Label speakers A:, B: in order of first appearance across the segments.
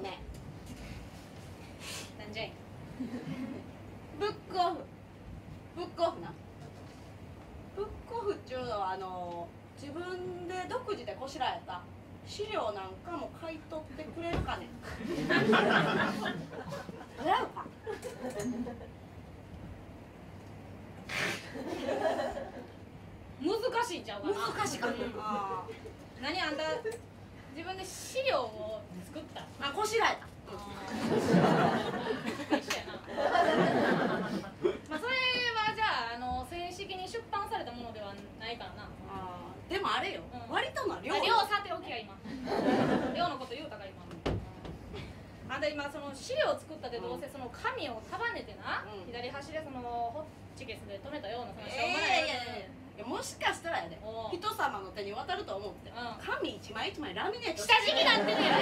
A: ねなんじゃいブックオフブックオフなブックオフっていうのはあの自分で独自でこしらえた資料なんかも買い取ってくれるか ねもらうか難しいんちゃうかな
B: 難しいかも
A: あー何あんた自分で資料を作ったあこしらえた
B: 一緒やな
C: まあそれはじゃああの正式に出版されたものではないからな
A: あーでもあれよ、
C: うん
A: 割とな量
C: 量量さておきや今量のこと言うたか今あんた今その資料を作ったってどうせその紙を束ねてな、
A: うん
C: 左端でそのホッチキスで止めたようなそのしょう
A: えーいやいやいや
C: もない
A: いやもしかしたらやで
C: おう
A: 人様の手に渡ると思って、
C: うん
A: 紙一枚一枚ラミネート
C: 下敷きなってるや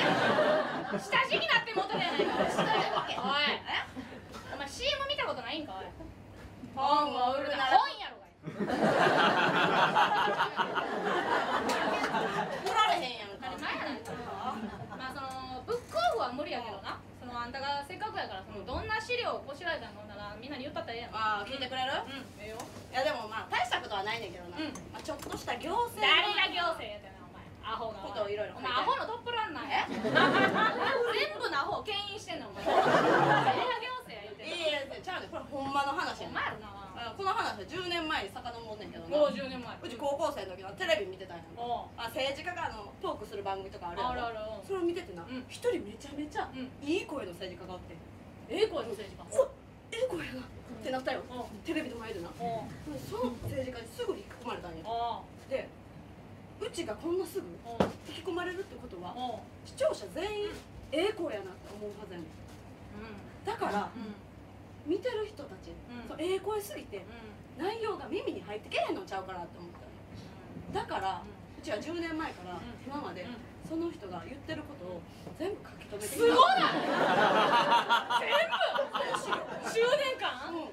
C: ん下敷きなって元やないか下敷きおいお前 CM 見たことないんかおい
A: 本を売るなら
C: 本やろがい
A: 売られへんやん
C: 当た
A: か
C: り前やないかまあそのブックオフは無理やけどなそのあんたがせっかくやからそのどんな資料をこしらえたのならみんなに言ったったらええや
A: ああ聞
C: んうん
A: いてくれる、
C: ええよ
A: いやでもまあ大したことはないねんだけどな、
C: うん
A: まあ、ちょっとした行政の
C: 誰が行政やったなお前アホが
A: ことをいろいろ
C: お前アホのトップランナーや全部のアホを牽引してんのお前誰が行政や
A: いやいや
C: 言うてんの
A: ちゃうねんこれほんまの話や
C: お
A: ねん
C: 前やろな
A: あこの話は10年前に遡んねんけどな
C: もう10年前
A: うち高校生の時のテレビ見てたんやん
C: おう
A: あ政治家があのトークする番組とかあるやん
C: あるあるうん
A: それを見ててな
C: うん
A: 一、人めちゃめちゃ
C: う
A: いい声の政治家があって
C: ええ声の政治家
A: おええ声やなってなったよ
C: おう
A: テレビの前でな
C: おう
A: その政治家にすぐ引き込まれたんや
C: おう
A: でうちがこんなすぐ
C: おう
A: 引き込まれるってことは
C: おう
A: 視聴者全員ええ声やなって思うはずやねんだから
C: うんうん
A: 見てる人たち、
C: うん
A: そうええ声すぎて内容が耳に入ってけへんのちゃうかなって思ったのだから、うちは10年前から今まで、
C: うん
A: その人が言ってることを全部書き留めてきた
C: すごない全部終電
A: う
C: 感
A: ん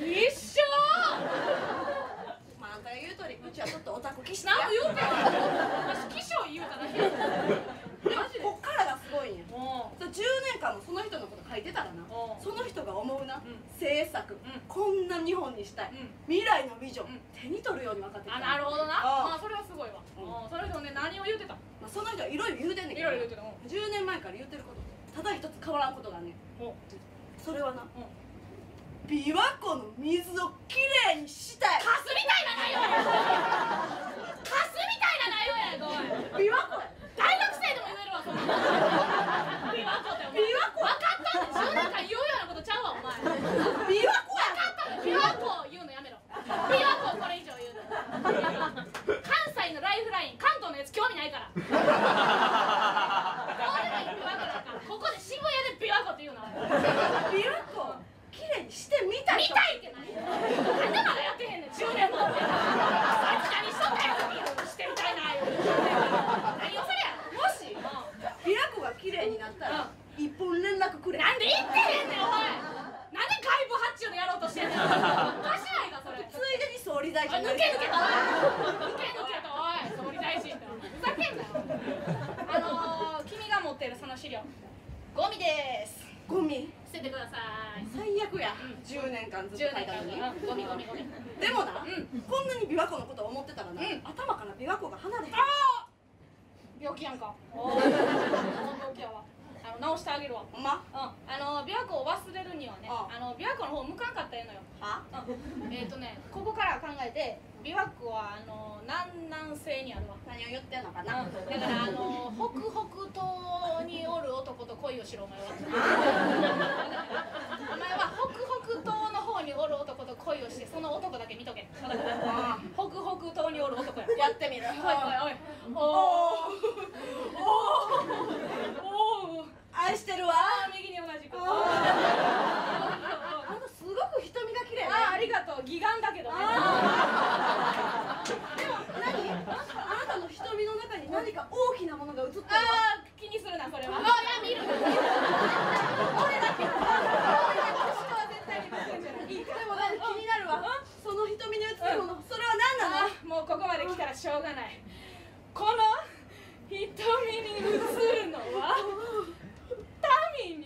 C: 一緒
A: まああんたが言う通りうちはちょっとオタク気質
C: 何
A: な
C: も言うてんの私気象言うただけや
A: でもこっからがすごいんや
C: も
A: そう10年間もその人のこと書いてたらな
C: おう
A: その人が思うな、
C: ん
A: 政策、こんな日本にしたい、
C: うん
A: 未来のビジョン、
C: うん
A: 手に取るように分かってきた
C: あなるほどな
A: ああ
C: まあそれはすごいわ
A: うん
C: うんそれでもね何を言うてた
A: まあ、その人はいろいろ言うてんねん
C: い
A: け
C: ろ
A: ど
C: いろ言うてたも
A: 10年前から言ってることただ一つ変わらんことがあんねん
C: うお
A: それはな
C: うん
A: 琵琶湖の水をきれいにしたい
C: カスみたいな内容やカスみたいな内容や
A: 琵琶
C: んかおい
A: 湖や
C: 大学生でも言えるわそんなの琵琶湖ってお前
A: 琵琶湖
C: 分かったって10年間言うようなことちゃうわお前分か
A: 琵琶湖や
C: ったって琵琶湖言うのやめろ琵琶湖これ以上言うのやめろ関西のライフライン関東のやつ興味ないからどうでもいい琵琶湖なんかここで渋谷で琵琶湖って言うなお
A: 琵
C: 前
A: 琶湖をきれいにしてみたい
C: 見たいって何なんでまだやってへんねん10年もさっき何しとったよしてみたいな言うて何をそれや
A: もし
C: もう
A: 琵琶湖がきれいになったら一本連絡くれ
C: なんで言ってへんねんお前なんで外部発注のやろうとしてんねんおかしないかそれ
A: ついでに総理大
C: おい
A: 臣
C: 抜け抜けとおい抜け抜けとおい総理大臣とふざけんなよあのー、君が持ってるその資料ゴミです
A: ゴミ
C: 捨ててください
A: 最悪や10年間ずっと書い
C: 10年
A: たのに
C: 間ゴミゴミゴミ
A: でもな
C: うん
A: こんなに琵琶湖のことを思ってたらな
C: うん
A: 頭から琵琶湖が離れへん
C: あー病気やんかおー病気やわあの直してあげるわ
A: ほんま
C: うん、あの琵琶湖を忘れるにはね、
A: あ
C: あの琵琶湖の方向かんかったらええのよ。
A: は
C: うんえっ、とね、ここから考えて、琵琶湖はあの南南西にあるわ。
A: 何を言ってんのかな
C: なだからあの北北東におる男と恋をしろお前は。お前は北北東の方におる男と恋をして、その男だけ見とけ。北
A: あ
C: 北東におる男や。
A: やってみる
C: おいおい
A: お
C: おい。
A: お
C: おーおー。
A: 愛してるわ
C: あー右に同じく。
A: あんたすごく瞳が綺麗ね
C: あーありがとう義眼だけどね
A: でも何あなたの瞳の中に何か大きなものが映ってるわ
C: あー気にするなそれはあや見るな
A: 俺だけ私は絶対
C: 絶対に見るんじゃない
A: いいでもなんか気になるわその瞳に映ってるものそれは何なの
C: あーもうここまで来たらしょうがないこの瞳に映るのは水